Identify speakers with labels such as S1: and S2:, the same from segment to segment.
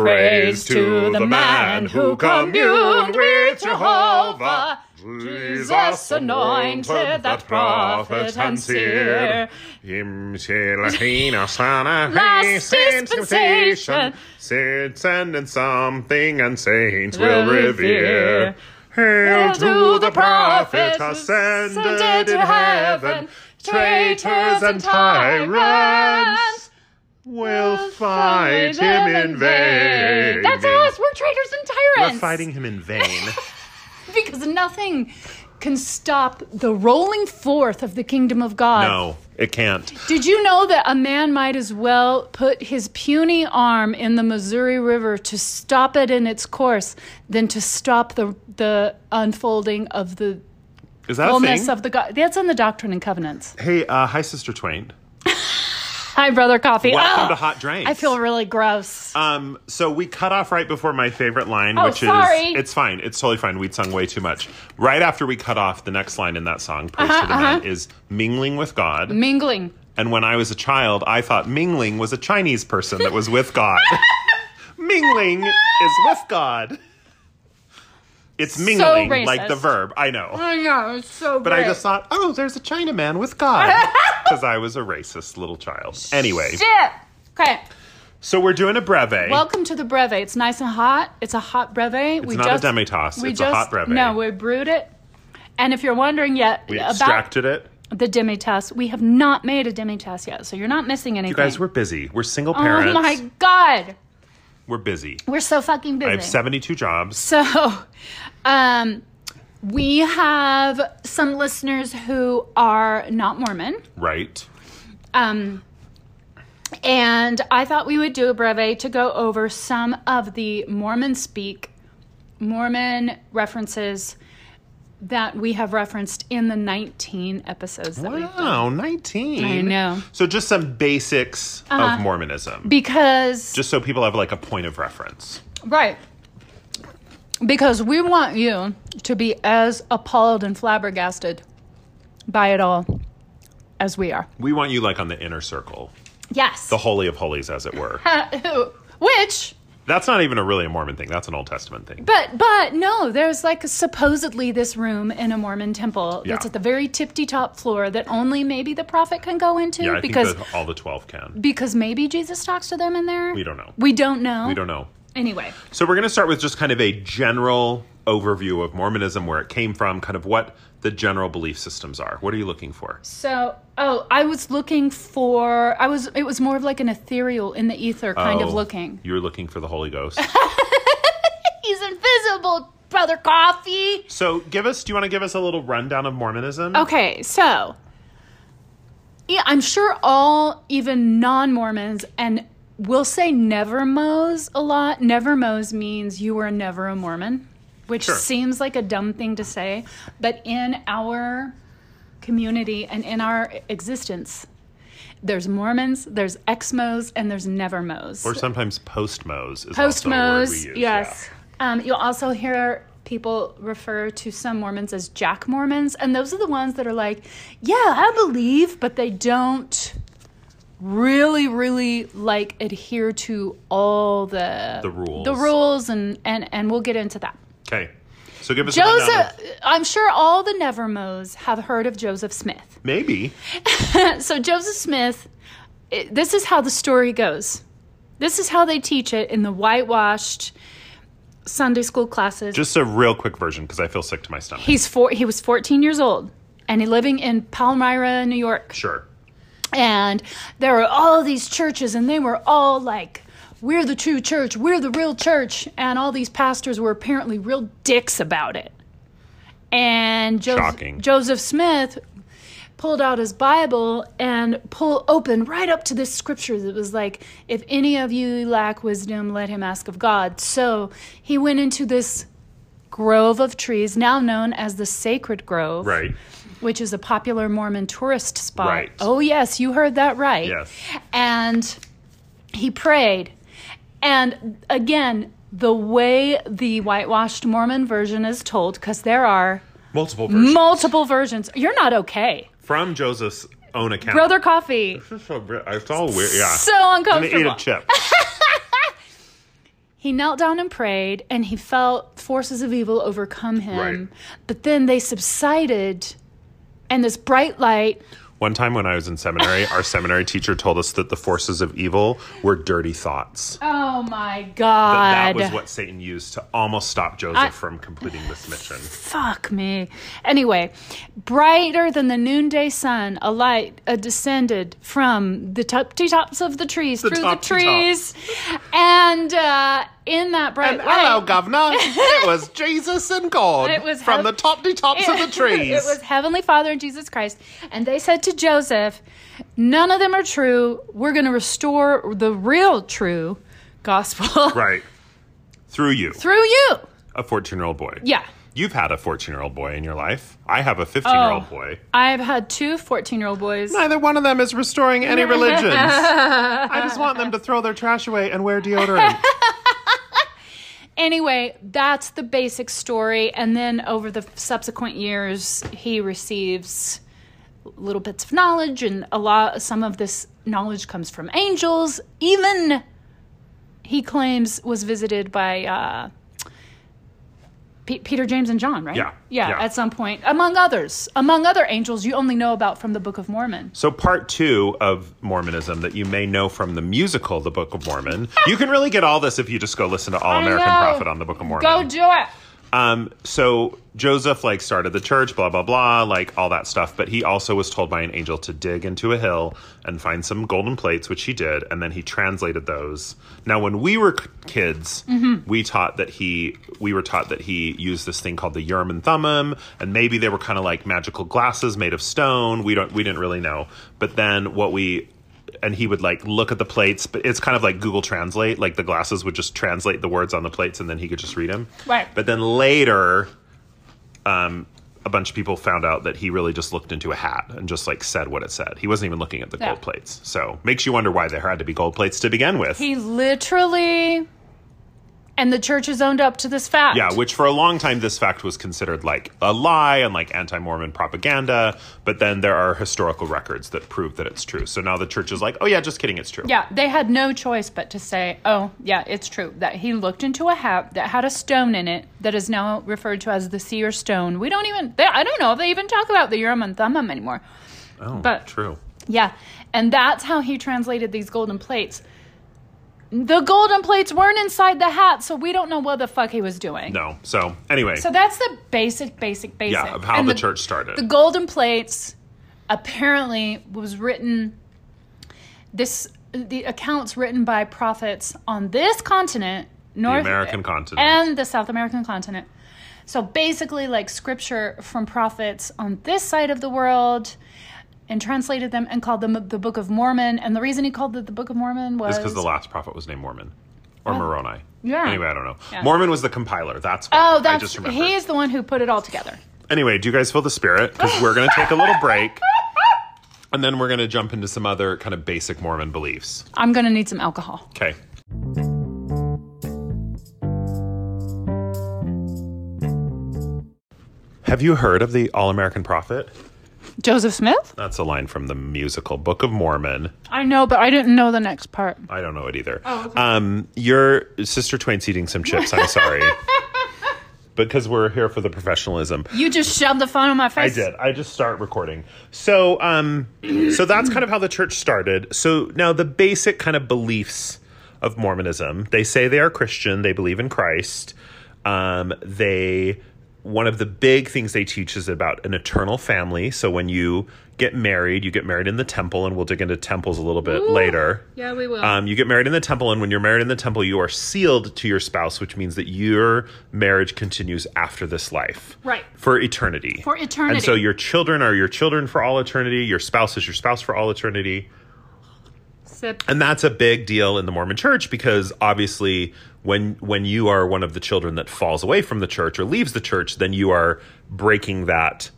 S1: Praise to the man who communed with Jehovah. Jesus anointed that prophet and seer. Him shall attain us on a high
S2: Last dispensation.
S1: sensation. Saints and something and saints will revere. Hail to the prophet ascended in heaven. Traitors and tyrants will fight him in vain.
S2: That's us. We're traitors and tyrants.
S1: We're fighting him in vain.
S2: because nothing can stop the rolling forth of the kingdom of God.
S1: No, it can't.
S2: Did you know that a man might as well put his puny arm in the Missouri River to stop it in its course than to stop the the unfolding of the
S1: Is that a
S2: fullness
S1: thing?
S2: of the God? That's in the Doctrine and Covenants.
S1: hey, uh, hi, Sister Twain.
S2: Hi, brother Coffee.
S1: Welcome
S2: Ah!
S1: to Hot Drinks.
S2: I feel really gross.
S1: Um, so we cut off right before my favorite line,
S2: Oh,
S1: which
S2: sorry.
S1: is it's fine, it's totally fine. We'd sung way too much. Right after we cut off, the next line in that song, "Praise
S2: Uh-huh,
S1: to the Man," is mingling with God.
S2: Mingling.
S1: And when I was a child, I thought mingling was a Chinese person that was with God. mingling is with God. It's mingling, like the
S2: racist.
S1: verb. I know.
S2: I know it's so.
S1: But I just thought, oh, there's a Chinaman with God. Because I was a racist little child. Anyway,
S2: shit. Okay,
S1: so we're doing a breve.
S2: welcome to the brevet. It's nice and hot. It's a hot brevet.
S1: it's not a demi toss, it's a hot breve.
S2: No, we brewed it. And if you're wondering yet
S1: We
S2: about
S1: extracted it.
S2: the demi tasse, we have not made a demi tasse yet, so you're not missing
S1: You
S2: anything.
S1: guys, we're busy. We're single
S2: oh
S1: parents.
S2: my god,
S1: We're busy.
S2: we're so fucking busy.
S1: I have 72 jobs.
S2: So, um, we have some listeners who are not Mormon.
S1: Right.
S2: Um, and I thought we would do a breve to go over some of the Mormon speak, Mormon references that we have referenced in the 19 episodes that we've done.
S1: Wow, 19.
S2: I know. Uh-huh.
S1: So just some basics of Mormonism.
S2: Because,
S1: just so people have like a point of reference.
S2: right. Because we want you to be as appalled and flabbergasted by it all as we are.
S1: We want you like on the inner circle,
S2: Yes. Uh,
S1: the holy of holies, as it were.
S2: Which
S1: That's not even a really a Mormon thing. That's an Old Testament thing.
S2: But but no, there's like supposedly this room in a Mormon temple that's
S1: Yeah.
S2: at the very tippy top floor that only maybe the prophet can go into
S1: yeah, I
S2: because
S1: think that all the 12 can.
S2: because maybe Jesus talks to them in there.
S1: We don't know.
S2: We don't know.
S1: We don't know.
S2: Anyway,
S1: So we're going to start with just kind of a general overview of Mormonism, where it came from, kind of what the general belief systems are. What are you looking for?
S2: so oh, I was looking for I was it was more of like an ethereal in the ether kind of
S1: Oh,
S2: looking.
S1: You're looking for the Holy Ghost.
S2: He's invisible, brother Coffee.
S1: so, give us. Do you want to give us a little rundown of Mormonism?
S2: Okay, so yeah, I'm sure all even non Mormons and we'll say never Mo's a lot. Never Mo's means you were never a Mormon, which
S1: Sure.
S2: seems like a dumb thing to say, but in our community and in our existence, there's Mormons, there's ex-Mo's, and there's never Mo's.
S1: Or sometimes postmos is
S2: Post
S1: also a word we
S2: Mo's,
S1: use,
S2: yes. Um, you'll also hear people refer to some Mormons as Jack Mormons, and those are the ones that are like, yeah, I believe, but they don't really, really like adhere to all the
S1: The rules.
S2: the rules, and and and we'll get into that.
S1: yeah. Okay. So give us a rundown
S2: Joseph,
S1: of-
S2: I'm sure all the Nevermos have heard of Joseph Smith.
S1: maybe.
S2: So Joseph Smith, i- this is how the story goes. This is how they teach it in the whitewashed Sunday school classes.
S1: Just a real quick version because I feel sick to my stomach.
S2: He's four, he was 14 years old and he living in Palmyra, New York.
S1: sure.
S2: And there were all these churches and they were all like we're the true church, we're the real church, and all these pastors were apparently real dicks about it. And Jos-
S1: Shocking.
S2: Joseph Smith pulled out his Bible and pull open right up to this scripture that was like, if any of you lack wisdom, let him ask of God. So he went into this grove of trees, now known as the Sacred Grove,
S1: Right.
S2: which is a popular Mormon tourist spot.
S1: Right.
S2: Oh, yes, you heard that right.
S1: Yes.
S2: And he prayed. And again, the way the whitewashed Mormon version is told, because there are
S1: Multiple versions
S2: multiple versions, you're not okay.
S1: from Joseph's own account.
S2: Brother Coffee,
S1: This is so bri- It's all weird. Yeah.
S2: so
S1: I'm gonna eat
S2: uncomfortable.
S1: a chip.
S2: He knelt down and prayed, and he felt forces of evil overcome him.
S1: Right.
S2: But then they subsided, and this bright light.
S1: One time when I was in seminary, our seminary teacher told us that the forces of evil were dirty thoughts.
S2: Oh my
S1: That,
S2: God.
S1: that was what Satan used to almost stop Joseph
S2: I-
S1: from completing this mission.
S2: Fuck me. Anyway, brighter than the noonday sun, a light uh, descended from the topty tops of the trees through the
S1: topty
S2: trees, and uh, in that bright light,
S1: Governor. It was Jesus and God
S2: It was from hel- the
S1: topty tops
S2: it was Heavenly Father and Jesus Christ. And they said to Joseph, None of them are true. We're going to restore the real true gospel
S1: right. Through you,
S2: through you.
S1: a 14 year old boy.
S2: Yeah.
S1: You've had a 14 year old boy in your life. I have a 15 year old
S2: Oh.
S1: boy.
S2: I've had two 14 year old boys.
S1: Neither one of them is restoring any religions. I just want them to throw their trash away and wear deodorant.
S2: Anyway, that's the basic story. And then over the subsequent years, he receives little bits of knowledge, and a lot, some of this knowledge comes from angels. Even he claims was visited by uh, P- Peter, James, and John, right?
S1: Yeah,
S2: yeah.
S1: yeah.
S2: At some point, among others, among other angels you only know about from the Book of Mormon.
S1: So, part two of Mormonism that you may know from the musical The Book of Mormon. You can really get all this if you just go listen to All American
S2: know.
S1: Prophet on the Book of Mormon.
S2: Go do it.
S1: Um, so Joseph like started the church, blah blah blah, like all that stuff. But he also was told by an angel to dig into a hill and find some golden plates, which he did, and then he translated those. Now, when we were k- kids, we taught that he we were taught that he used this thing called the Urim and Thummim, and maybe they were kind of like magical glasses made of stone. We don't we didn't really know. But then what we and he would like look at the plates, but it's kind of like Google Translate. Like the glasses would just translate the words on the plates, and then he could just read them.
S2: Right.
S1: But then later, um, a bunch of people found out that he really just looked into a hat and just like said what it said. He wasn't even looking at the
S2: Yeah.
S1: gold plates. So makes you wonder why there had to be gold plates to begin with.
S2: He literally, and the church has owned up to this fact.
S1: yeah, which for a long time this fact was considered like a lie and like anti-Mormon propaganda, but then there are historical records that prove that it's true. So now the church is like, "Oh yeah, just kidding, it's true."
S2: Yeah, they had no choice but to say, "Oh, yeah, it's true that he looked into a hat that had a stone in it that is now referred to as the seer stone." We don't even they, I don't know if they even talk about the Urim and Thummim anymore.
S1: Oh,
S2: But-
S1: true.
S2: Yeah, and that's how he translated these golden plates. The golden plates weren't inside the hat, so we don't know what the fuck he was doing.
S1: No. So, anyway,
S2: So that's the basic, basic, basic.
S1: yeah, of how
S2: And
S1: the, church started.
S2: the golden plates apparently was written this the accounts written by prophets on this continent north
S1: American continent.
S2: and the south american continent so basically like scripture from prophets on this side of the world and translated them and called them the book of mormon and the reason he called it the book of mormon was Oh.
S1: Just because the last prophet was named Mormon or Moroni.
S2: yeah.
S1: Anyway, I don't know.
S2: Yeah.
S1: Mormon was the compiler. That's why.
S2: oh that's
S1: I just remembered.
S2: he is the one who put it all together
S1: Anyway, do you guys feel the spirit? Because we're going to take a little break. And then we're going to jump into some other kind of basic Mormon beliefs.
S2: i'm gonna need some alcohol
S1: Okay. Have you heard of the All American Prophet?
S2: joseph smith
S1: That's a line from the musical Book of Mormon.
S2: i know but i didn't know the next part
S1: I don't know it either. Um, your sister Twain's eating some chips. I'm sorry. because we're here for the professionalism.
S2: you just shoved the phone in my
S1: I
S2: face
S1: did. I just start recording. So, um, so that's kind of how the church started. So now the basic kind of beliefs of Mormonism. They say they are Christian. They believe in Christ. Um, they one of the big things they teach is about an eternal family. So when you get married, you get married in the temple, and we'll dig into temples a little bit later.
S2: Yeah, we will.
S1: Um, you get married in the temple, and when you're married in the temple, you are sealed to your spouse, which means that your marriage continues after this life.
S2: Right.
S1: For eternity.
S2: For eternity.
S1: And so your children are your children for all eternity. Your spouse is your spouse for all eternity.
S2: Sip.
S1: And that's a big deal in the Mormon church because obviously when when you are one of the children that falls away from the church or leaves the church, then you are breaking that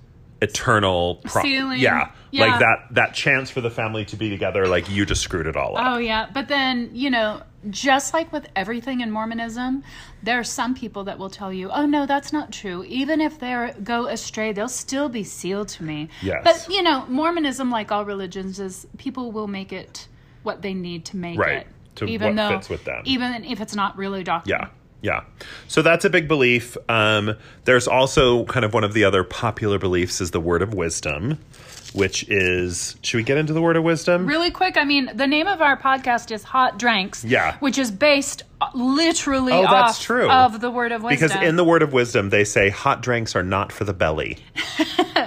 S1: eternal pro-
S2: Ceiling.
S1: Yeah.
S2: Yeah.
S1: Like that that chance for the family to be together, like you just screwed it all up.
S2: Oh yeah, but then you know, just like with everything in Mormonism, there are some people that will tell you, "Oh no, that's not true." Even if they are go astray, they'll still be sealed to me.
S1: Yes.
S2: But you know, Mormonism, like all religions, is people will make it what they need to make
S1: Right.
S2: it.
S1: to
S2: even
S1: what
S2: though
S1: fits with them.
S2: even if it's not really doctrine.
S1: yeah. Yeah. So that's a big belief. Um, there's also kind of one of the other popular beliefs is the word of wisdom, which is should we get into the word of wisdom?
S2: Really quick, I mean, the name of our podcast is Hot Drinks.
S1: Yeah.
S2: Which is based uh, literally
S1: Oh, that's
S2: off
S1: true.
S2: of the word of wisdom.
S1: Because in the word of wisdom, they say hot drinks are not for the belly.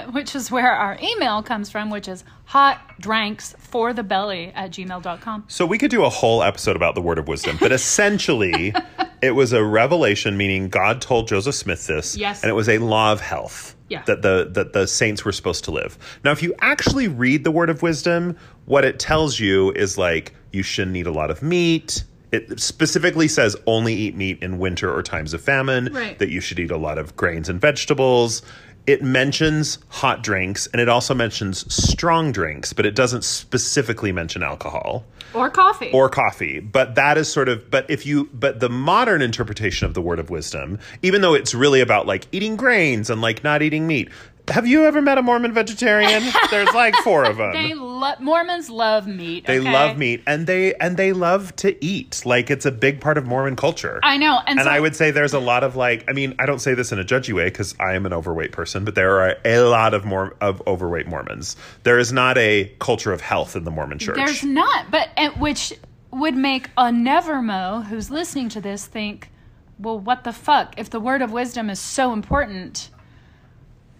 S2: which is where our email comes from, which is hot drinks for the belly at gmail.com.
S1: So we could do a whole episode about the word of wisdom, but essentially, it was a revelation, meaning God told Joseph Smith this,
S2: Yes.
S1: and it was a law of health
S2: Yeah.
S1: that the that the saints were supposed to live. Now, if you actually read the word of wisdom, what it tells you is like you shouldn't eat a lot of meat. It specifically says only eat meat in winter or times of famine.
S2: Right.
S1: That you should eat a lot of grains and vegetables. It mentions hot drinks and it also mentions strong drinks, but it doesn't specifically mention alcohol
S2: Or coffee.
S1: or coffee but that is sort of but if you but the modern interpretation of the word of wisdom even though it's really about like eating grains and like not eating meat have you ever met a mormon vegetarian there's like four of them
S2: they lo- Mormons love meat.
S1: They
S2: okay?
S1: love meat and they and they love to eat like it's a big part of mormon culture
S2: I know. And,
S1: and
S2: so
S1: I would say there's a lot of like, I mean, I don't say this in a judgy way because I am an overweight person, but there are a lot of more of overweight Mormons. There is not a culture of health in the Mormon church.
S2: There's not, but and, which would make a Nevermo who's listening to this think, well, what the fuck? If the word of wisdom is so important,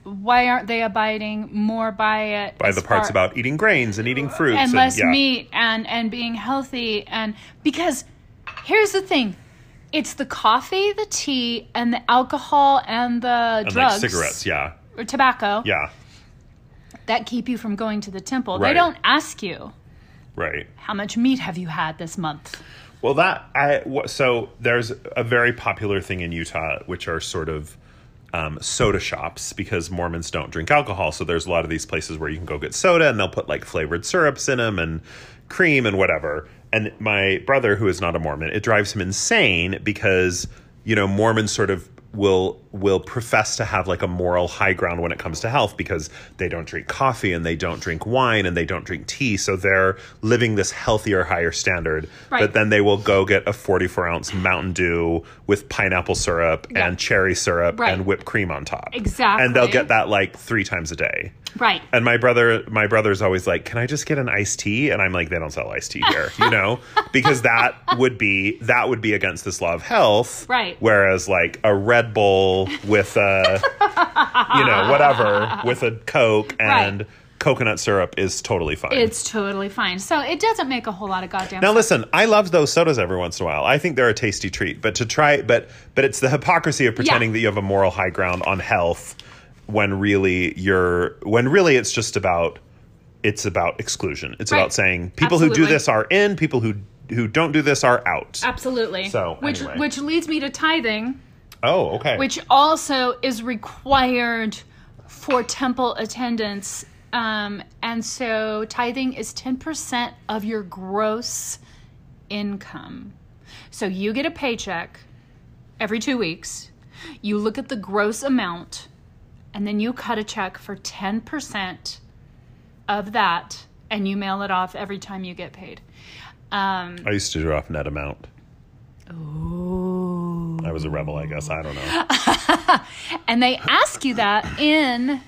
S2: why aren't they abiding more by it?
S1: by
S2: as
S1: the parts
S2: far-
S1: about eating grains and eating fruits
S2: and less
S1: yeah.
S2: meat and and being healthy and because here's the thing. It's the coffee, the tea, and the alcohol and the
S1: and
S2: drugs,
S1: like cigarettes. Yeah,
S2: or tobacco
S1: yeah,
S2: that keep you from going to the temple. They
S1: Right.
S2: don't ask you
S1: right.
S2: how much meat have you had this month.
S1: Well, that I wh- so there's a very popular thing in Utah, which are sort of um, soda shops because Mormons don't drink alcohol. So there's a lot of these places where you can go get soda, and they'll put like flavored syrups in them and cream and whatever. And my brother, who is not a Mormon, it drives him insane because you know Mormons sort of will will profess to have like a moral high ground when it comes to health because they don't drink coffee and they don't drink wine and they don't drink tea so they're living this healthier higher standard
S2: Right.
S1: but then they will go get a 44 ounce mountain dew with pineapple syrup
S2: Yeah.
S1: and cherry syrup
S2: Right.
S1: and whipped cream on top and
S2: Exactly.
S1: they'll get that like three times a day
S2: Right.
S1: and my brother my brother's always like can i just get an iced tea and i'm like they don't sell iced tea here you know because that would be that would be against this law of health
S2: Right.
S1: whereas like a red bull with a you know whatever with a coke and
S2: Right.
S1: coconut syrup is totally fine
S2: It's totally fine. So it doesn't make a whole lot of goddamn
S1: now
S2: sense.
S1: listen, I love those sodas every once in a while. I think they're a tasty treat, but to try but but it's the hypocrisy of pretending
S2: Yeah.
S1: that you have a moral high ground on health when really you're when really it's just about it's about exclusion. It's
S2: Right.
S1: about saying people who do
S2: Absolutely.
S1: this are in, people who who don't do this are out.
S2: Absolutely.
S1: So,
S2: which
S1: anyway.
S2: which leads me to tithing,
S1: oh, okay.
S2: which also is required for temple attendance. Um, and so tithing is 10% of your gross income. So you get a paycheck every 2 weeks. You look at the gross amount and then you cut a check for 10% of that and you mail it off every time you get paid. Um,
S1: I used to do off net amount. I was a rebel, I guess. I don't know.
S2: And they ask you that in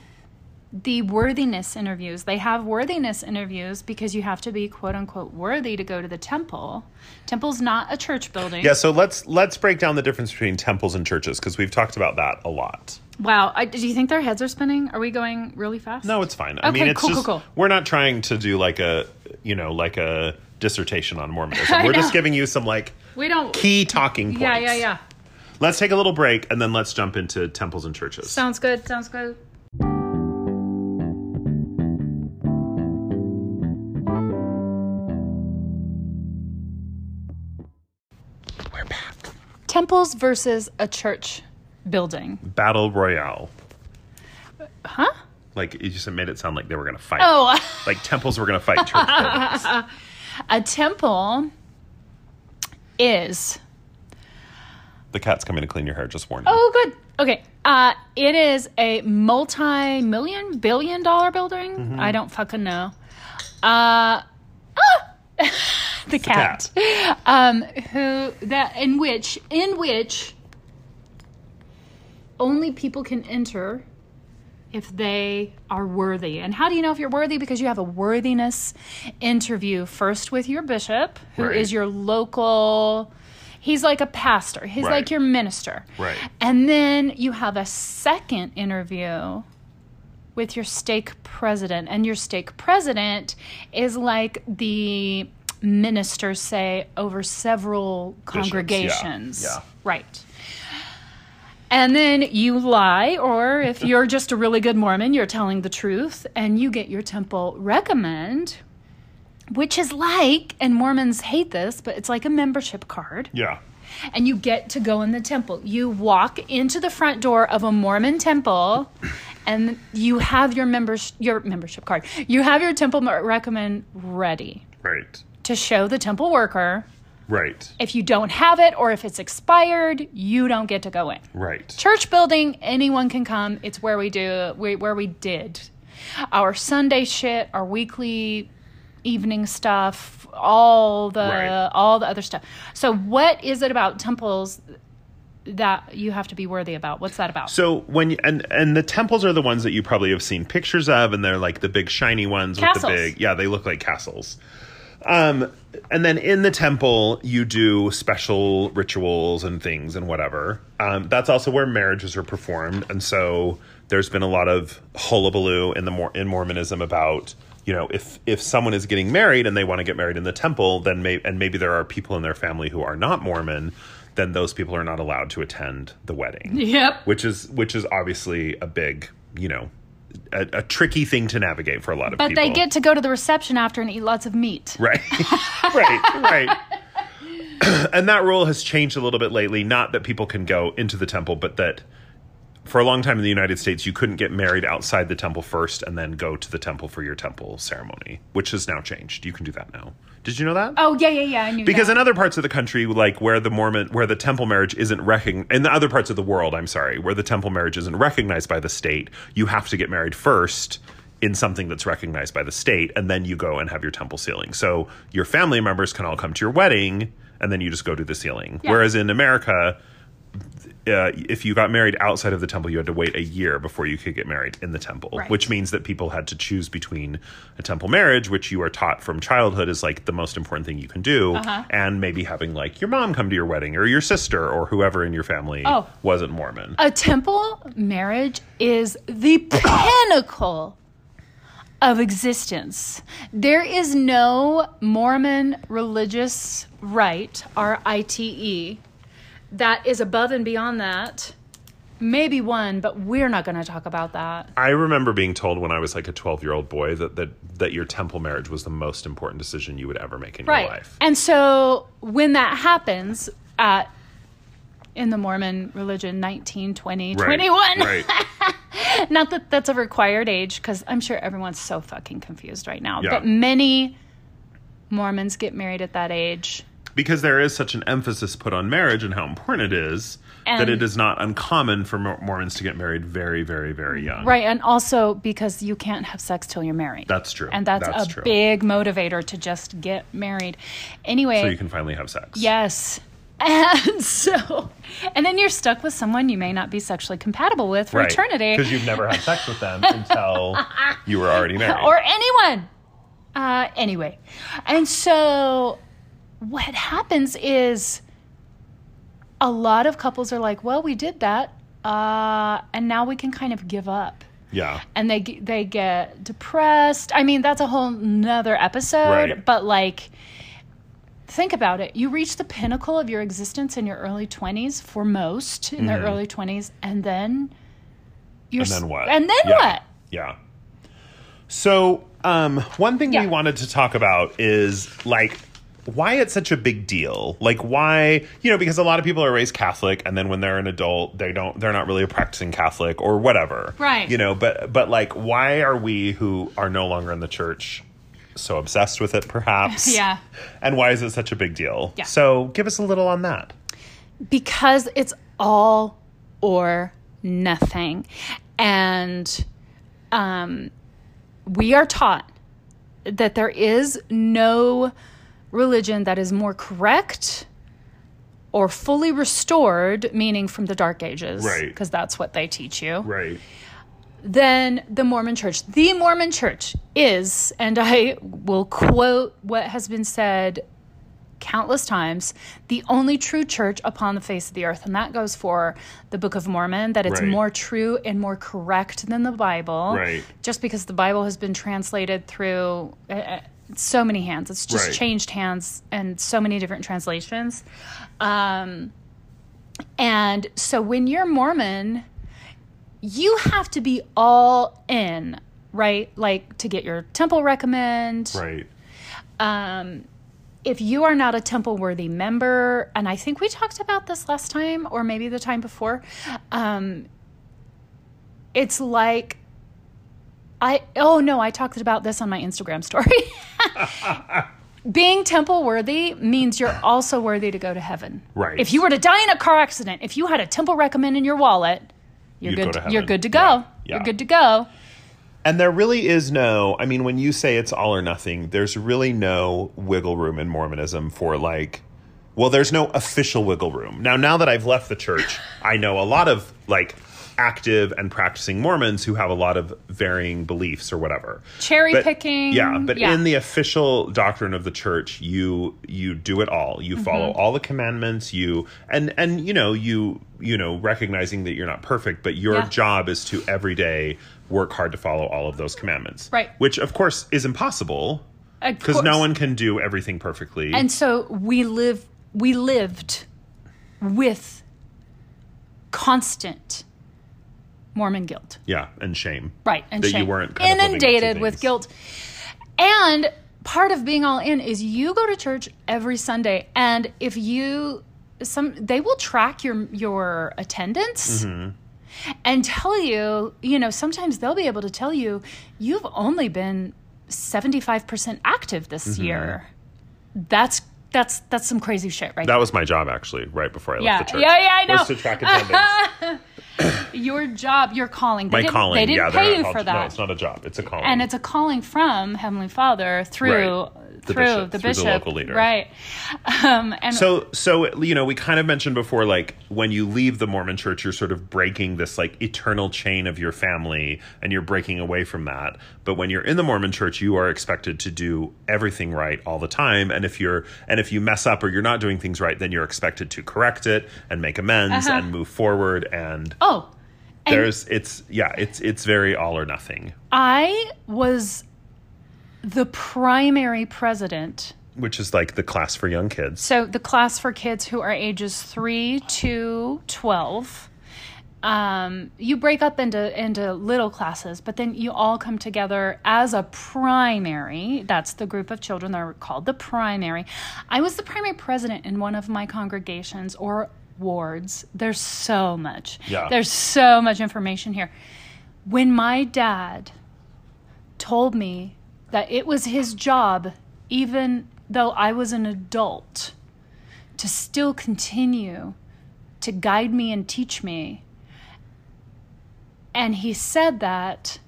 S2: the worthiness interviews. They have worthiness interviews because you have to be quote unquote worthy to go to the temple. Temple's not a church building.
S1: Yeah, so let's let's break down the difference between temples and churches because we've talked about that a lot.
S2: Wow. I, do you think their heads are spinning? Are we going really fast?
S1: No, it's fine. I
S2: Okay,
S1: mean, it's
S2: cool, cool,
S1: just
S2: cool.
S1: we're not trying to do like a you know like a dissertation on Mormonism.
S2: I
S1: we're just
S2: know.
S1: giving you some like
S2: We don't.
S1: key talking points.
S2: yeah, yeah, yeah.
S1: Let's take a little break and then let's jump into temples and churches.
S2: Sounds good. Sounds good.
S1: we're back.
S2: Temples versus a church building.
S1: Battle Royale.
S2: Huh?
S1: Like you just made it sound like they were gonna fight.
S2: Oh.
S1: Like temples were gonna fight church buildings.
S2: A temple is
S1: The cat's coming to clean your hair. Just warning.
S2: Oh, good. Okay. Uh, it is a multi million, Mm-hmm. billion dollar building. I don't fucking know. Uh, ah! the cat, Um, who that in which in which only people can enter if they are worthy. And how do you know if you're worthy? Because you have a worthiness interview first with your bishop, who is
S1: Right.
S2: your local. He's like a pastor. He's
S1: Right.
S2: like your minister.
S1: Right.
S2: And then you have a second interview with your stake president. And your stake president is like the minister, say, over several
S1: yeah,
S2: congregations.
S1: yeah.
S2: Right. And then you lie, or if you're just a really good Mormon, you're telling the truth, and you get your temple recommend, which is like, and Mormons hate this, but it's like a membership card
S1: Yeah.
S2: and you get to go in the temple. You walk into the front door of a Mormon temple, and you have your members your membership card. You have your temple mer- recommend ready
S1: Right.
S2: to show the temple worker.
S1: Right.
S2: If you don't have it or if it's expired, you don't get to go in.
S1: Right.
S2: Church building, anyone can come. It's where we do we, where we did our Sunday shit, our weekly evening stuff, all the
S1: Right.
S2: all the other stuff. So what is it about temples that you have to be worthy about? What's that about?
S1: So when you, and and the temples are the ones that you probably have seen pictures of, and they're like the big shiny ones with
S2: Castles.
S1: the big yeah, they look like castles. Um, and then in the temple, you do special rituals and things and whatever. Um, that's also where marriages are performed, and so there's been a lot of hullabaloo in the Mor- in Mormonism about you know if if someone is getting married and they want to get married in the temple, then may- and maybe there are people in their family who are not Mormon, then those people are not allowed to attend the wedding
S2: yep.
S1: which is which is obviously a big you know a, a tricky thing to navigate for a lot of
S2: But
S1: people
S2: they get to go to the reception after and eat lots of meat.
S1: right right right and that rule has changed a little bit lately not that people can go into the temple but that for a long time in the United States, you couldn't get married outside the temple first and then go to the temple for your temple ceremony, which has now changed. You can do that now. Did you know that?
S2: Oh yeah, yeah, yeah. I knew
S1: because
S2: that.
S1: in other parts of the country like where the mormon where the temple marriage isn't recognized in the other parts of the world i'm sorry where the temple marriage isn't recognized by the state you have to get married first in something that's recognized by the state and then you go and have your temple sealing so your family members can all come to your wedding and then you just go do the sealing
S2: Yeah.
S1: whereas in america uh, if you got married outside of the temple, you had to wait a year before you could get married in the temple,
S2: Right.
S1: which means that people had to choose between a temple marriage, which you are taught from childhood is like the most important thing you can do,
S2: Uh-huh.
S1: and maybe having like your mom come to your wedding or your sister or whoever in your family
S2: Oh.
S1: wasn't Mormon.
S2: A temple marriage is the pinnacle of existence. There is no Mormon religious rite, R I T E, that is above and beyond that. Maybe one, but we're not going to talk about that.
S1: I remember being told when I was like a 12 year old boy that, that, that your temple marriage was the most important decision you would ever make in your
S2: Right.
S1: life.
S2: And so when that happens at in the Mormon religion 19, 20, 21.
S1: Right.
S2: Not that that's a required age, because I'm sure everyone's so fucking confused right now.
S1: Yeah.
S2: But many Mormons get married at that age.
S1: because there is such an emphasis put on marriage and how important it is that
S2: And-
S1: it is not uncommon for Mor- Mormons to get married very, very, very young.
S2: Right. And also because you can't have sex till you're married.
S1: That's true.
S2: and that's, a
S1: true.
S2: big motivator to just get married. Anyway,
S1: So you can finally have sex.
S2: yes. And so, and then you're stuck with someone you may not be sexually compatible with for
S1: Right.
S2: eternity.
S1: Because you've never had sex with them until you were already married.
S2: or anyone. Uh, anyway, and so what happens is a lot of couples are like, "Well, we did that, uh, and now we can kind of give up,"
S1: yeah.
S2: and they g- they get depressed. I mean, that's a whole nother episode,
S1: Right.
S2: but like. Think about it. You reach the pinnacle of your existence in your early 20s for most in their early 20s and then you're
S1: Mm-hmm. And
S2: s-
S1: then what?
S2: And then
S1: Yeah.
S2: what?
S1: Yeah. So, um, one thing
S2: Yeah.
S1: we wanted to talk about is like why it's such a big deal. Like why, you know, because a lot of people are raised Catholic and then when they're an adult, they don't they're not really a practicing Catholic or whatever.
S2: Right.
S1: You know, but but like why are we who are no longer in the church so obsessed with it perhaps?
S2: Yeah.
S1: And why is it such a big deal?
S2: Yeah.
S1: So, give us a little on that.
S2: because it's all or nothing and um, we are taught that there is no religion that is more correct or fully restored, meaning from the Dark Ages,
S1: Right.
S2: Because that's what they teach you.
S1: Right.
S2: Then the Mormon Church. The Mormon Church is, and I will quote what has been said countless times, the only true church upon the face of the earth. And that goes for the Book of Mormon, that it's
S1: Right.
S2: more true and more correct than the Bible.
S1: Right.
S2: Just because the Bible has been translated through uh, uh, so many hands, it's just
S1: Right.
S2: changed hands and so many different translations. Um, and so when you're Mormon, you have to be all in, right? Like to get your temple recommend.
S1: Right.
S2: Um, if you are not a temple worthy member, and I think we talked about this last time or maybe the time before, um, it's like I oh no, I talked about this on my Instagram story. Being temple worthy means you're also worthy to go to heaven.
S1: Right.
S2: If you were to die in a car accident, if you had a temple recommend in your wallet, you're
S1: You'd go
S2: good.
S1: to
S2: you're
S1: heaven.
S2: good to go.
S1: Yeah. Yeah.
S2: You're good to go.
S1: And there really is no, I mean, when you say it's all or nothing, there's really no wiggle room in Mormonism for like, well, there's no official wiggle room. Now, now that I've left the church, I know a lot of like active and practicing Mormons who have a lot of varying beliefs or whatever.
S2: Cherry
S1: But-
S2: picking.
S1: Yeah, but in the official doctrine of the church, you you do it all.
S2: Mm-hmm.
S1: You follow all the commandments. You and and you know you you know recognizing that you're not perfect, but your
S2: Yeah.
S1: job is to every day work hard to follow all of those commandments.
S2: Right.
S1: Which of course is impossible
S2: Of
S1: because no
S2: course.
S1: one can do everything perfectly.
S2: And so we live we lived with constant Mormon guilt.
S1: yeah, and shame.
S2: Right. And
S1: That you
S2: shame.
S1: weren't kind of living up to
S2: inundated with
S1: things.
S2: guilt. And part of being all in is you go to church every Sunday and if you some they will track your your attendance
S1: Mm-hmm.
S2: and tell you, you know, sometimes they'll be able to tell you you've only been 75% active this
S1: Mm-hmm.
S2: year. That's that's that's some crazy shit right
S1: That was my job actually, right before I
S2: yeah,
S1: left the
S2: yeah,
S1: church.
S2: yeah, I know.
S1: Was to track attendance.
S2: your job, your calling. They
S1: my
S2: didn't,
S1: calling.
S2: They didn't
S1: yeah, they're
S2: pay
S1: not
S2: you
S1: called-
S2: for
S1: No,
S2: that.
S1: it's not a job. It's a calling.
S2: and it's a calling from Heavenly Father through
S1: Right. The
S2: through
S1: bishop,
S2: the
S1: through the
S2: bishop,
S1: local leader.
S2: right? Um, and
S1: So, so you know, we kind of mentioned before, like when you leave the Mormon Church, you're sort of breaking this like eternal chain of your family, and you're breaking away from that. But when you're in the Mormon Church, you are expected to do everything right all the time, and if you're and if you mess up or you're not doing things right, then you're expected to correct it and make amends and move forward. And
S2: Uh-huh. oh, and-
S1: there's it's yeah, it's it's very all or nothing,
S2: I was the primary president.
S1: which is like the class for young kids.
S2: So the class for kids who are ages three to twelve. Um, you break up into into little classes, but then you all come together as a primary. That's the group of children that are called the primary. I was the primary president in one of my congregations or wards. There's so much.
S1: Yeah.
S2: There's so much information here. When my dad told me that it was his job, even though I was an adult, to still continue to guide me and teach me. And he said that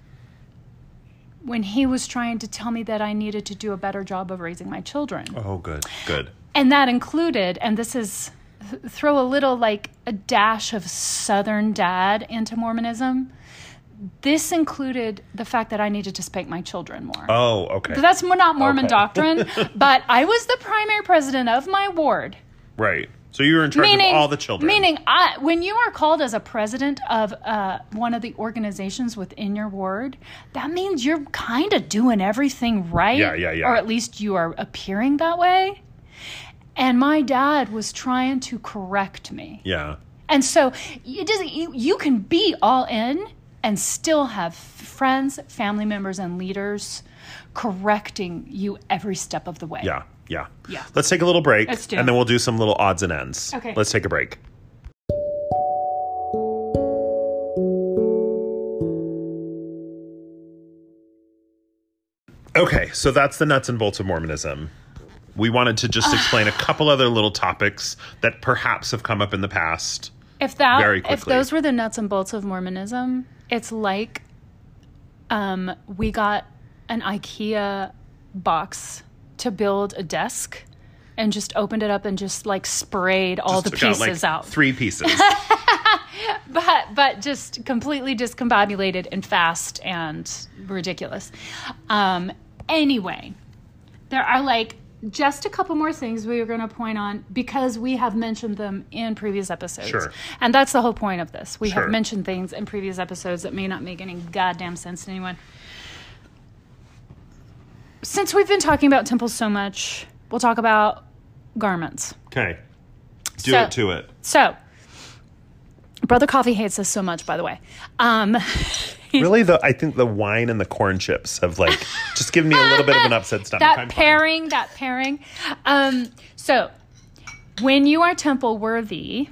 S2: when he was trying to tell me that I needed to do a better job of raising my children.
S1: Oh, good, good.
S2: And that included, and this is th- throw a little like a dash of Southern dad into Mormonism. This included the fact that I needed to spank my children more.
S1: Oh, okay,
S2: That's mo- not Mormon
S1: Okay.
S2: doctrine, but I was the primary president of my ward.
S1: right. So you were in charge
S2: Meaning,
S1: of all the children.
S2: Meaning, I, when you are called as a president of uh, one of the organizations within your ward, that means you're kind of doing everything right.
S1: Yeah, yeah, yeah.
S2: Or at least you are appearing that way. And my dad was trying to correct me.
S1: yeah.
S2: And so it doesn't. You, you can be all in and still have friends, family members, and leaders correcting you every step of the way.
S1: Yeah, yeah.
S2: Yeah.
S1: Let's take a little break.
S2: Let's do
S1: and
S2: it.
S1: then we'll do some little odds and ends.
S2: Okay.
S1: Let's take a break. Okay, so that's the nuts and bolts of Mormonism. We wanted to just explain a couple other little topics that perhaps have come up in the past.
S2: if that
S1: very
S2: if
S1: quickly.
S2: those were the nuts and bolts of mormonism it's like um, we got an ikea box to build a desk and just opened it up and just like sprayed all
S1: Just
S2: the
S1: got,
S2: pieces
S1: like,
S2: out.
S1: Three pieces.
S2: but but just completely discombobulated and fast and ridiculous. Um, anyway, there are like just a couple more things we are going to point on because we have mentioned them in previous episodes.
S1: Sure.
S2: And that's the whole point of this. We
S1: Sure.
S2: have mentioned things in previous episodes that may not make any goddamn sense to anyone. Since we've been talking about temples so much, we'll talk about garments.
S1: okay. Do
S2: So-
S1: it to it.
S2: So, Brother Coffee hates us so much, by the way. Um,
S1: Really, though, I think the wine and the corn chips have like just given me a little bit of an upset stomach.
S2: that
S1: I'm fine.
S2: pairing, that pairing. Um, so, when you are temple worthy,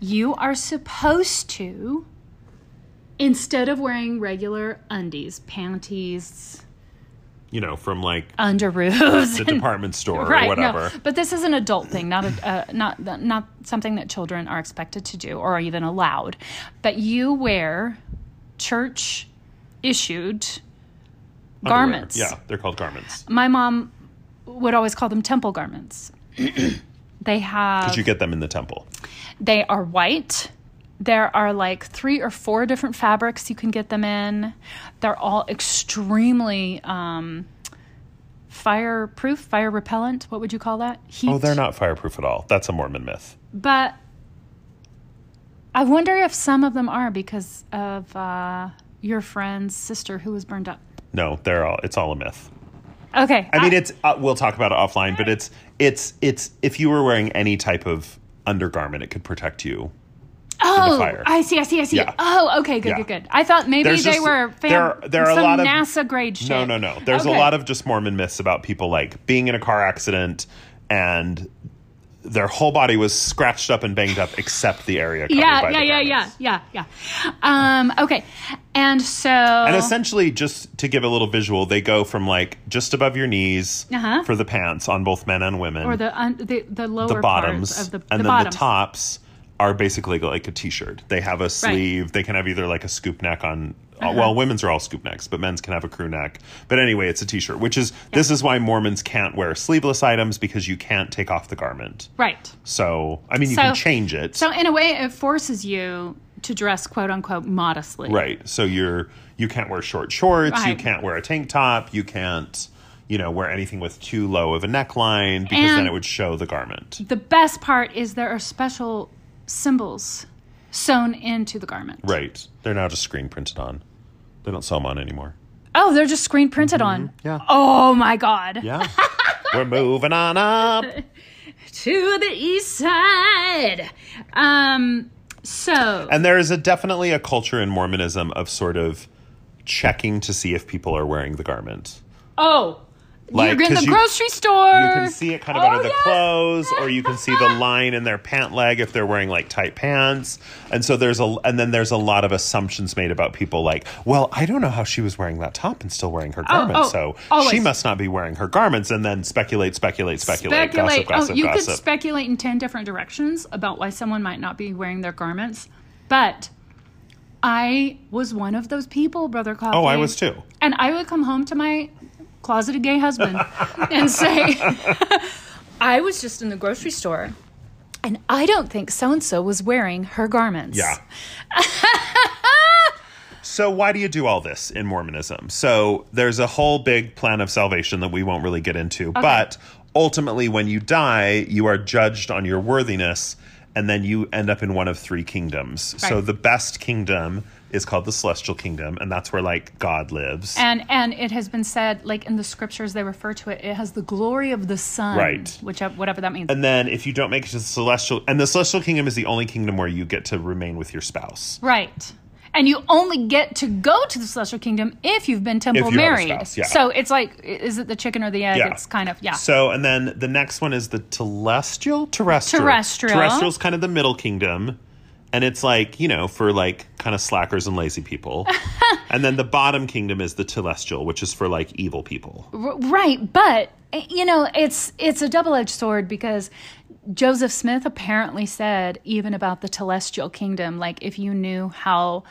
S2: you are supposed to, instead of wearing regular undies, panties,
S1: you know, from like
S2: underoos,
S1: the
S2: and-
S1: department store or
S2: right,
S1: whatever.
S2: no. But this is an adult thing, not a, uh, not not something that children are expected to do or even allowed. But you wear church issued
S1: Underwear.
S2: garments.
S1: Yeah, they're called garments.
S2: My mom would always call them temple garments. they have
S1: Did you get them in the temple?
S2: they are white. There are like three or four different fabrics you can get them in. They're all extremely um, fireproof, fire repellent. What would you call that? Heat.
S1: Oh, they're not fireproof at all. That's a Mormon myth.
S2: But I wonder if some of them are because of uh, your friend's sister who was burned up.
S1: No, they're all. It's all a myth.
S2: Okay.
S1: I mean, it's. Uh, we'll talk about it offline, but it's it's it's. If you were wearing any type of undergarment, it could protect you.
S2: oh,
S1: fire.
S2: I see, I see, I see.
S1: Yeah.
S2: Oh, okay, good,
S1: Yeah.
S2: good, good. I thought maybe
S1: There's
S2: they
S1: just-
S2: were fam-
S1: there are- there are a
S2: some
S1: lot of-
S2: NASA grade shit.
S1: No, no, no. There's a
S2: Okay.
S1: lot of just Mormon myths about people like being in a car accident and their whole body was scratched up and banged up except the area. Covered
S2: yeah,
S1: by
S2: yeah,
S1: the
S2: yeah, yeah,
S1: garments.
S2: yeah, yeah. Um, okay, and so
S1: And essentially, just to give a little visual, they go from like just above your knees
S2: Uh-huh.
S1: for the pants on both men and women,
S2: or the, un- the the lower
S1: the bottoms,
S2: parts of the,
S1: and
S2: the
S1: then
S2: bottoms.
S1: the tops are basically like a t-shirt. They have a sleeve. They can have either like a scoop neck on.
S2: Uh-huh.
S1: uh Well, women's are all scoop necks, but men's can have a crew neck. But anyway, it's a t-shirt, which is this is why Mormons can't wear sleeveless items because you can't take off the garment.
S2: right.
S1: So I mean, you
S2: So-
S1: can change it,
S2: So in a way, it forces you to dress quote unquote modestly.
S1: right? So you're you can't wear short shorts. You
S2: Right.
S1: can't wear a tank top. You can't. You know, wear anything with too low of a neckline because then
S2: And-
S1: it would show the garment.
S2: The best part is there are special symbols sewn into the garment.
S1: Right. They're now just screen printed on. They don't sell them on anymore.
S2: Oh, they're just screen printed on.
S1: Mm-hmm. Yeah.
S2: Oh my God.
S1: Yeah. We're moving on up.
S2: To the east side. Um. So
S1: And there is a definitely a culture in Mormonism of sort of checking to see if people are wearing the garment.
S2: oh,
S1: Like,
S2: you're in
S1: 'cause
S2: the
S1: you-
S2: grocery store.
S1: You can see it kind of
S2: oh,
S1: out of the clothes, or you can see the line in their pant leg if they're wearing like tight pants. And so there's a, and then there's a lot of assumptions made about people like, well, I don't know how she was wearing that top and still wearing her garment,
S2: oh,
S1: so she
S2: always.
S1: must not be wearing her garments. And then speculate, speculate, speculate,
S2: Speculate.
S1: gossip, gossip,
S2: oh, you
S1: gossip.
S2: could speculate in 10 different directions about why someone might not be wearing their garments. But I was one of those people, Brother Coffee.
S1: oh, I was too.
S2: And I would come home to my closeted gay husband and say, I was just in the grocery store and I don't think so and so was wearing her garments.
S1: Yeah. so why do you do all this in Mormonism? So there's a whole big plan of salvation that we won't really get into, but ultimately when you die, you are judged on your worthiness and then you end up in one of three kingdoms. So
S2: Right.
S1: the best kingdom is called the celestial kingdom and that's where like God lives.
S2: And and it has been said, like in the scriptures, they refer to it. It has the glory of the sun,
S1: Right.
S2: Which uh, whatever that means,
S1: and then if you don't make it to the celestial and the celestial kingdom is the only kingdom where you get to remain with your spouse.
S2: Right. And you only get to go to the celestial kingdom if you've been temple
S1: If you have a
S2: married.
S1: spouse, yeah.
S2: So it's like, i- is it the chicken or the egg?
S1: Yeah.
S2: It's kind of, yeah.
S1: So, and then the next one is the telestial, terrestrial,
S2: Terrestrial.
S1: Terrestrial's kind of the middle kingdom, and it's like you know for like kind of slackers and lazy people. and then the bottom kingdom is the telestial, which is for like evil people.
S2: R- right. But, eh, you know, it's it's a double edged sword because Joseph Smith apparently said, even about the celestial kingdom, like if you knew how.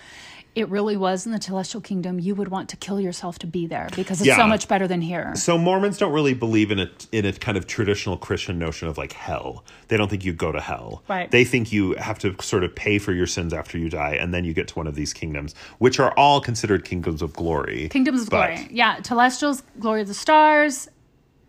S2: it really was in the celestial kingdom, you would want to kill yourself to be there because it's
S1: Yeah.
S2: so much better than here.
S1: So Mormons don't really believe in a in a kind of traditional Christian notion of like hell. They don't think you go to hell.
S2: Right.
S1: They think you have to sort of pay for your sins after you die, and then you get to one of these kingdoms, which are all considered kingdoms of glory.
S2: Kingdoms of
S1: But-
S2: Glory. Yeah, Celestial's Glory of the Stars,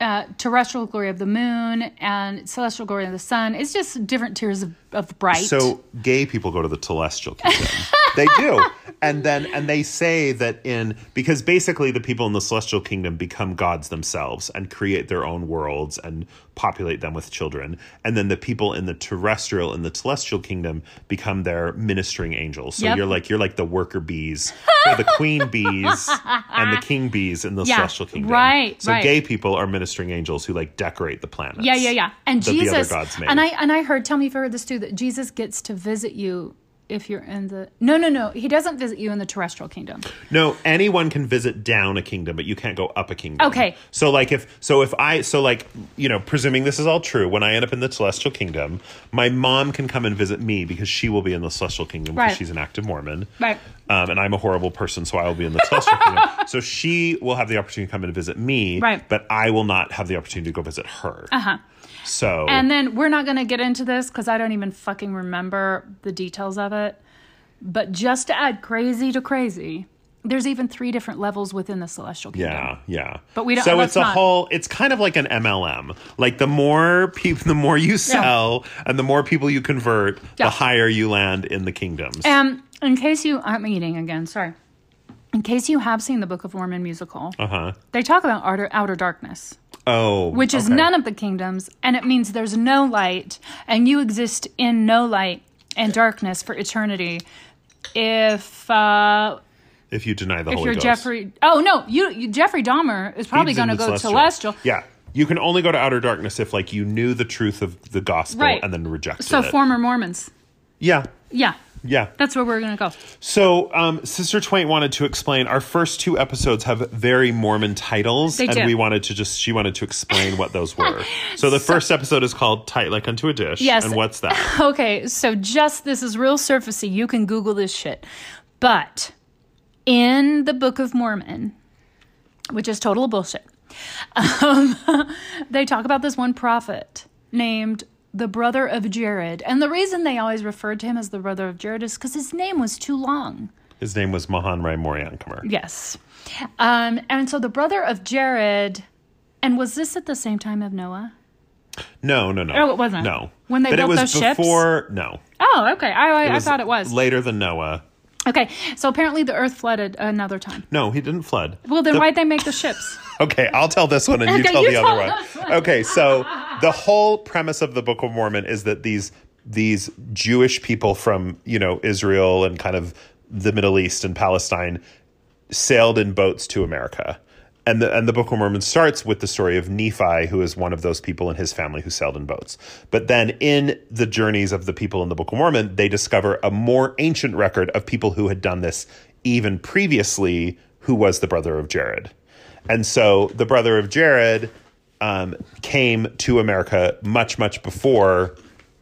S2: uh, Terrestrial Glory of the Moon, and Celestial Glory of the Sun. It's just different tiers of, of bright.
S1: So gay people go to the celestial kingdom. they do. And then and they say that in because basically the people in the celestial kingdom become gods themselves and create their own worlds and populate them with children. And then the people in the terrestrial in the celestial kingdom become their ministering angels. So
S2: Yep.
S1: you're like you're like the worker bees, or the queen bees and the king bees in the
S2: Yeah,
S1: celestial kingdom.
S2: right,
S1: So
S2: right.
S1: gay people are ministering angels who like decorate the planets.
S2: yeah, yeah, yeah. And
S1: that the other
S2: Jesus,
S1: gods made.
S2: and I and I heard. Tell me if you heard this too. That Jesus gets to visit you if you're in the. No, no, no. He doesn't visit you in the terrestrial kingdom.
S1: No, anyone can visit down a kingdom, but you can't go up a kingdom.
S2: Okay.
S1: So like if so if I so like you know presuming this is all true, when I end up in the celestial kingdom, my mom can come and visit me because she will be in the celestial kingdom because
S2: Right.
S1: she's an active Mormon.
S2: Right.
S1: Um, and I'm a horrible person, so I will be in the celestial kingdom. So she will have the opportunity to come and visit me.
S2: Right. Uh-huh.
S1: But I will not have the opportunity to go visit her. Uh huh. So
S2: And then we're not going to get into this because I don't even fucking remember the details of it. But just to add crazy to crazy, there's even three different levels within the celestial kingdom.
S1: Yeah, yeah.
S2: But we don't-
S1: So
S2: let's
S1: it's a
S2: not-
S1: whole. It's kind of like an MLM. Like the more people, the more you sell, and the more people you convert,
S2: Yeah.
S1: the higher you land in the kingdoms.
S2: Um, in case you, I'm eating again. Sorry. In case you have seen the Book of Mormon musical,
S1: uh huh.
S2: they talk about outer, outer darkness,
S1: Oh,
S2: which is
S1: okay.
S2: none of the kingdoms, and it means there's no light, and you exist in no light and darkness for eternity. If uh,
S1: If you deny the
S2: if
S1: Holy
S2: you're
S1: Ghost,
S2: Jeffrey, oh no, you, you Jeffrey Dahmer is probably
S1: He's in
S2: going to
S1: the
S2: go celestial.
S1: Yeah, you can only go to outer darkness if like you knew the truth of the gospel
S2: Right.
S1: and then rejected
S2: So
S1: it.
S2: former Mormons,
S1: yeah,
S2: yeah,
S1: yeah.
S2: that's where we're going to go.
S1: So, um, Sister Twain wanted to explain our first two episodes have very Mormon titles,
S2: They
S1: and
S2: do.
S1: we wanted to just she wanted to explain what those were. so, the first episode is called "Tight Like Unto a Dish."
S2: Yes.
S1: and what's that?
S2: Okay, so just this is real surfacey. You can Google this shit. But in the Book of Mormon, which is total bullshit, um, they talk about this one prophet named the brother of Jared. And the reason they always referred to him as the brother of Jared is because his name was too long.
S1: His name was Mahan Rai Moriankamer.
S2: Yes. Um, and so the brother of Jared, and was this at the same time of Noah?
S1: No, no, no.
S2: Oh, it wasn't.
S1: No,
S2: When they
S1: but
S2: built
S1: it was
S2: those ships?
S1: before. No,
S2: Oh, okay. I, I, I thought it was.
S1: later than Noah.
S2: Okay, so apparently the Earth flooded another time.
S1: No, he didn't flood.
S2: Well, then
S1: The-
S2: why'd they make the ships?
S1: Okay, I'll tell this one and you
S2: Okay,
S1: tell
S2: you
S1: the
S2: tell
S1: other
S2: this
S1: one. Okay, so the whole premise of the Book of Mormon is that these these Jewish people from, you know, Israel and kind of the Middle East and Palestine sailed in boats to America. And the, and the Book of Mormon starts with the story of Nephi, who is one of those people in his family who sailed in boats. But then, in the journeys of the people in the Book of Mormon, they discover a more ancient record of people who had done this even previously, who was the brother of Jared. And so the brother of Jared um, came to America much, much before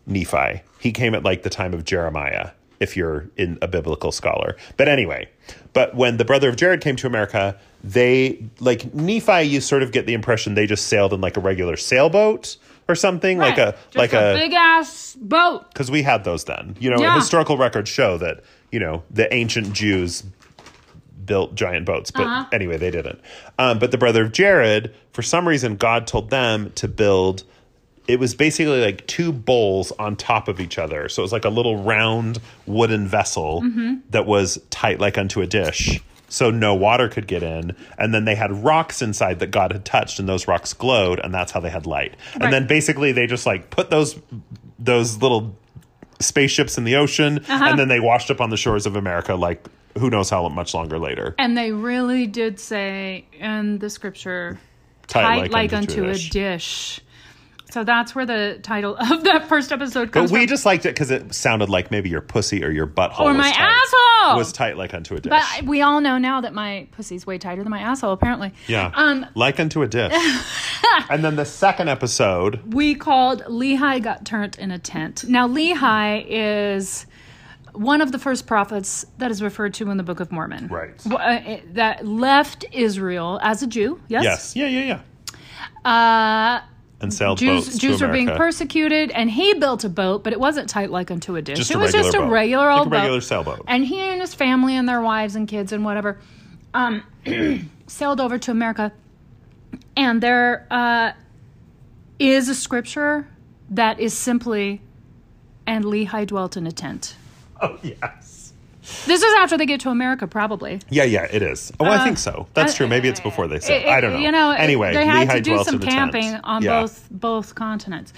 S1: Nephi. He came at like the time of Jeremiah, if you're in a biblical scholar. But anyway, but when the brother of Jared came to America, they like Nephi, you sort of get the impression they just sailed in like a regular sailboat or something, like a
S2: Just
S1: like
S2: a, big ass boat.
S1: because we had those then. You know,
S2: Yeah.
S1: historical records show that you know the ancient Jews built giant boats, but
S2: Uh-huh.
S1: anyway, they didn't. Um, but the brother of Jared, for some reason, God told them to build. It was basically like two bowls on top of each other, so it was like a little round wooden vessel
S2: Mm-hmm.
S1: that was tight like unto a dish. So no water could get in, and then they had rocks inside that God had touched, and those rocks glowed, and that's how they had light.
S2: Right.
S1: And then basically they just like put those those little spaceships in the ocean,
S2: Uh-huh.
S1: and then they washed up on the shores of America like who knows how much longer later.
S2: And they really did say in the scripture,
S1: Tight
S2: tight like, unto, a, dish. So that's where the title of that first episode
S1: But
S2: comes
S1: we
S2: from.
S1: just liked it because it sounded like maybe your pussy or your butthole
S2: Or
S1: was
S2: my
S1: tight-
S2: asshole!
S1: was tight like unto a dish.
S2: but I- we all know now that my pussy's way tighter than my asshole, apparently.
S1: yeah,
S2: Um,
S1: like unto a dish. and then the second episode,
S2: we called Lehi Got Turned in a Tent. Now, Lehi is one of the first prophets that is referred to in the Book of Mormon.
S1: Right.
S2: W- uh, it- that left Israel as a Jew. Yes.
S1: Yes. Yeah, yeah, yeah.
S2: Uh,
S1: And sailed boats
S2: Jews,
S1: to
S2: Jews were being
S1: America.
S2: persecuted, and he built a boat, but it wasn't tight like unto a dish.
S1: Just
S2: it
S1: a
S2: was
S1: regular
S2: just a
S1: boat.
S2: regular
S1: Like
S2: old
S1: a regular
S2: boat.
S1: sailboat.
S2: And he and his family and their wives and kids and whatever um, sailed over to America. And there uh, is a scripture that is simply, and Lehi dwelt in a tent.
S1: Oh, yes.
S2: This is after they get to America, probably.
S1: Yeah, yeah, it is. Oh, I think so. That's
S2: uh,
S1: true. Maybe it's before they sailed.
S2: It- it-
S1: I don't know.
S2: You know, it-
S1: anyway,
S2: they had
S1: Lehi
S2: to do
S1: dwelt
S2: some
S1: in a tent.
S2: camping on
S1: Yeah.
S2: both both continents,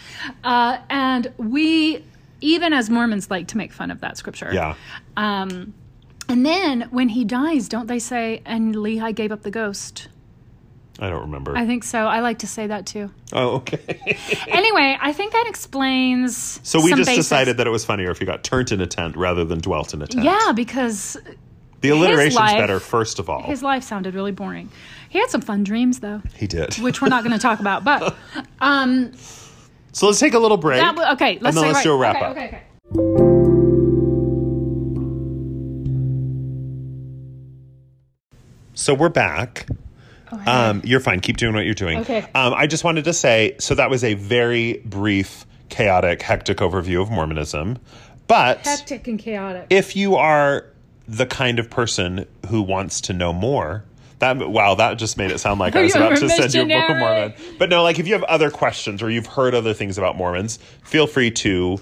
S2: uh, and we, even as Mormons, like to make fun of that scripture.
S1: Yeah.
S2: Um, and then when he dies, don't they say, "And Lehi gave up the ghost"?
S1: I don't remember.
S2: I think so. I like to say that too.
S1: oh, okay.
S2: anyway, I think that explains.
S1: So we
S2: some
S1: just
S2: basics.
S1: decided that it was funnier if you got turned in a tent rather than dwelt in a tent.
S2: Yeah, because
S1: The alliteration's
S2: life-
S1: better, first of all.
S2: his life sounded really boring. He had some fun dreams though,
S1: he did.
S2: which we're not going to talk about, but. Um,
S1: so let's take a little break.
S2: That w- okay, let's,
S1: then
S2: say,
S1: let's
S2: right.
S1: do a wrap
S2: okay,
S1: up.
S2: Okay, okay.
S1: so we're back. Um, you're fine. Keep doing what you're doing.
S2: Okay.
S1: Um, I just wanted to say so that was a very brief, chaotic, hectic overview of Mormonism. But
S2: Hectic and chaotic.
S1: if you are the kind of person who wants to know more, that wow, that just made it sound like I was
S2: You're
S1: about
S2: a
S1: to send you a Book of
S2: missionary.
S1: Mormon. But no, like if you have other questions or you've heard other things about Mormons, feel free to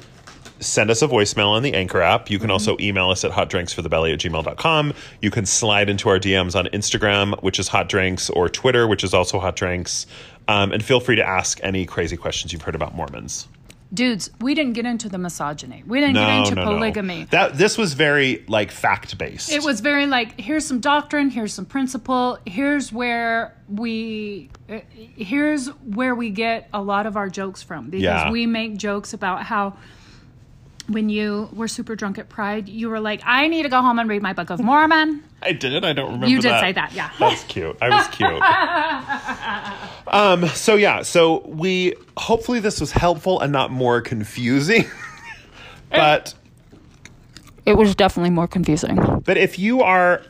S1: send us a voicemail on the Anchor app.
S2: Mm-hmm.
S1: You can also email us at hotdrinksforthebelly at gmail.com. You can slide into our DMs on Instagram, which is hot drinks, or Twitter, which is also hot drinks. Um, and feel free to ask any crazy questions you've heard about Mormons.
S2: Dudes, we didn't get into the misogyny. We didn't
S1: No,
S2: get into
S1: no, no.
S2: polygamy.
S1: That this was very like fact based.
S2: It was very like here's some doctrine, here's some principle, here's where we uh, here's where we get a lot of our jokes from because
S1: Yeah.
S2: we make jokes about how when you were super drunk at Pride, you were like, I need to go home and read my Book of Mormon.
S1: I did. I don't remember.
S2: You did say that, yeah.
S1: That's cute. I was cute. um. So yeah. So we hopefully this was helpful and not more confusing. but
S2: It was definitely more confusing.
S1: but if you are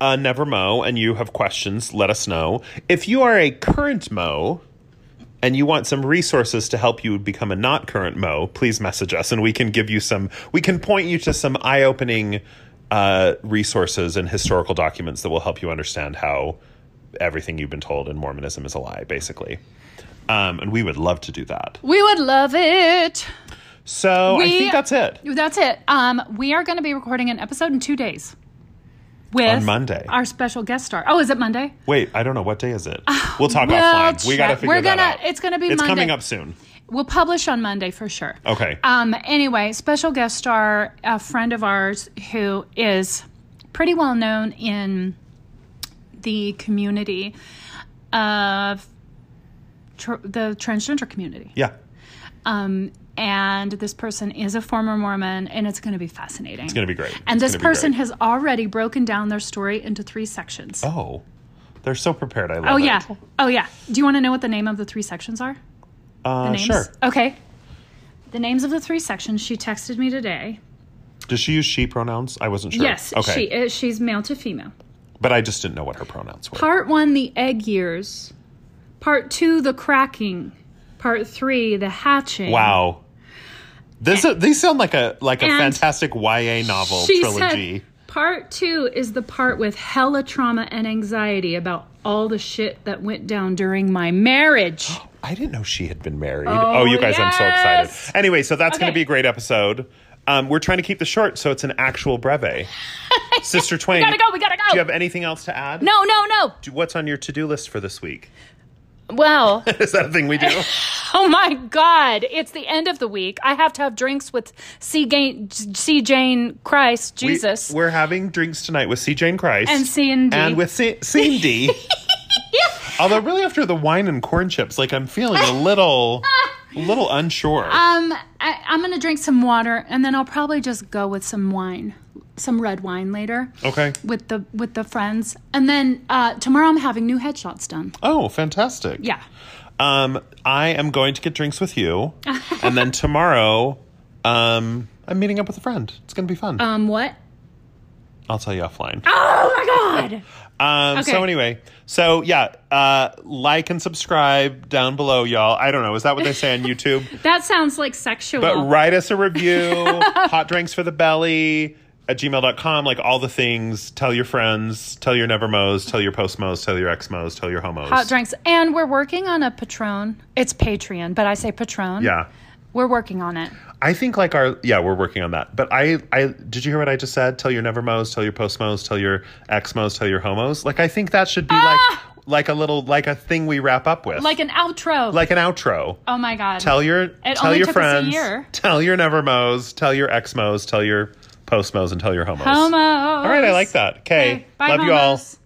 S1: a never mo and you have questions, let us know. If you are a current mo. And you want some resources to help you become a not current Mo, please message us and we can give you some, we can point you to some eye opening uh, resources and historical documents that will help you understand how everything you've been told in Mormonism is a lie, basically. Um, and we would love to do that.
S2: We would love it.
S1: So I
S2: We-
S1: think that's it.
S2: That's it. Um, we are going to be recording an episode in two days. With
S1: On Monday.
S2: our special guest star. Oh, is it Monday?
S1: Wait, I don't know. What day is it? We'll talk
S2: we'll
S1: offline. We got to
S2: check.
S1: figure
S2: We're
S1: that
S2: gonna-
S1: out.
S2: it's gonna be
S1: It's
S2: Monday.
S1: coming up soon.
S2: We'll publish on Monday for sure.
S1: Okay.
S2: Um, anyway, special guest star, a friend of ours who is pretty well known in the community of tr- the transgender community.
S1: yeah.
S2: Um, and this person is a former Mormon, and it's going to be fascinating. It's
S1: gonna be great.
S2: And
S1: It's
S2: this
S1: gonna be great.
S2: person has already broken down their story into three sections.
S1: Oh,
S2: Oh,
S1: they're so prepared. I love it.
S2: yeah. Oh, yeah. Do you want to know what the name of the three sections are?
S1: Uh,
S2: The names?
S1: Sure.
S2: Okay. The names of the three sections. She texted me today.
S1: Does she use she pronouns? I wasn't sure.
S2: Yes,
S1: Okay.
S2: she is, she's male to female.
S1: But I just didn't know what her pronouns were.
S2: Part one, the egg years. Part two, the cracking. Part three, the hatching.
S1: Wow. This these sound like a like a
S2: And
S1: fantastic YA novel
S2: She
S1: trilogy.
S2: said, part two is the part with hella trauma and anxiety about all the shit that went down during my marriage.
S1: I didn't know she had been married.
S2: Oh,
S1: Oh, you guys, I'm so
S2: yes.
S1: excited. Anyway, so that's going
S2: Okay.
S1: to be a great episode. Um, we're trying to keep this short, so it's an actual brevet. Sister Twain,
S2: gotta go, we gotta go.
S1: Do you have anything else to add?
S2: no, no, no.
S1: Do- What's on your to do list for this week?
S2: Well,
S1: Is that a thing we do?
S2: oh my God. It's the end of the week. I have to have drinks with C. Jane, C. Jane Christ, Jesus.
S1: We, are having drinks tonight with C. Jane Christ
S2: And C and D.
S1: and with C- Cindy.
S2: yeah.
S1: Although, really, after the wine and corn chips, like I'm feeling a little, a little unsure.
S2: Um, I, I'm gonna drink some water, and then I'll probably just go with some wine, some red wine later.
S1: okay.
S2: With the with the friends, and then uh, tomorrow I'm having new headshots done.
S1: Oh, fantastic.
S2: Yeah.
S1: Um, I am going to get drinks with you, and then tomorrow, um, I'm meeting up with a friend. It's going to be fun.
S2: Um, what?
S1: I'll tell you offline.
S2: Oh my god!
S1: Um, So
S2: okay.
S1: anyway, so yeah, uh, like and subscribe down below, y'all. I don't know. Is that what they say on YouTube?
S2: That sounds like sexual.
S1: But write us a review, hot drinks for the belly at gmail.com, like all the things. Tell your friends, tell your nevermos, tell your postmos, tell your exmos, tell your homos.
S2: Hot drinks, and we're working on a Patron. It's Patreon, but I say Patron.
S1: Yeah.
S2: we're working on it.
S1: I think like our yeah, we're working on that. But I I did you hear what I just said? Tell your nevermos, tell your postmos, tell your exmos, tell your homos. Like I think that should be like like a little like a thing we wrap up with.
S2: Ah! Like an outro.
S1: like an outro.
S2: oh my god.
S1: Tell your tell
S2: only
S1: your
S2: took us a
S1: friends.
S2: year.
S1: Tell your nevermos, tell your exmos, tell your postmos and tell your homos.
S2: Homo.
S1: All right, I like that. Okay.
S2: Okay, bye,
S1: Love you all.
S2: homos.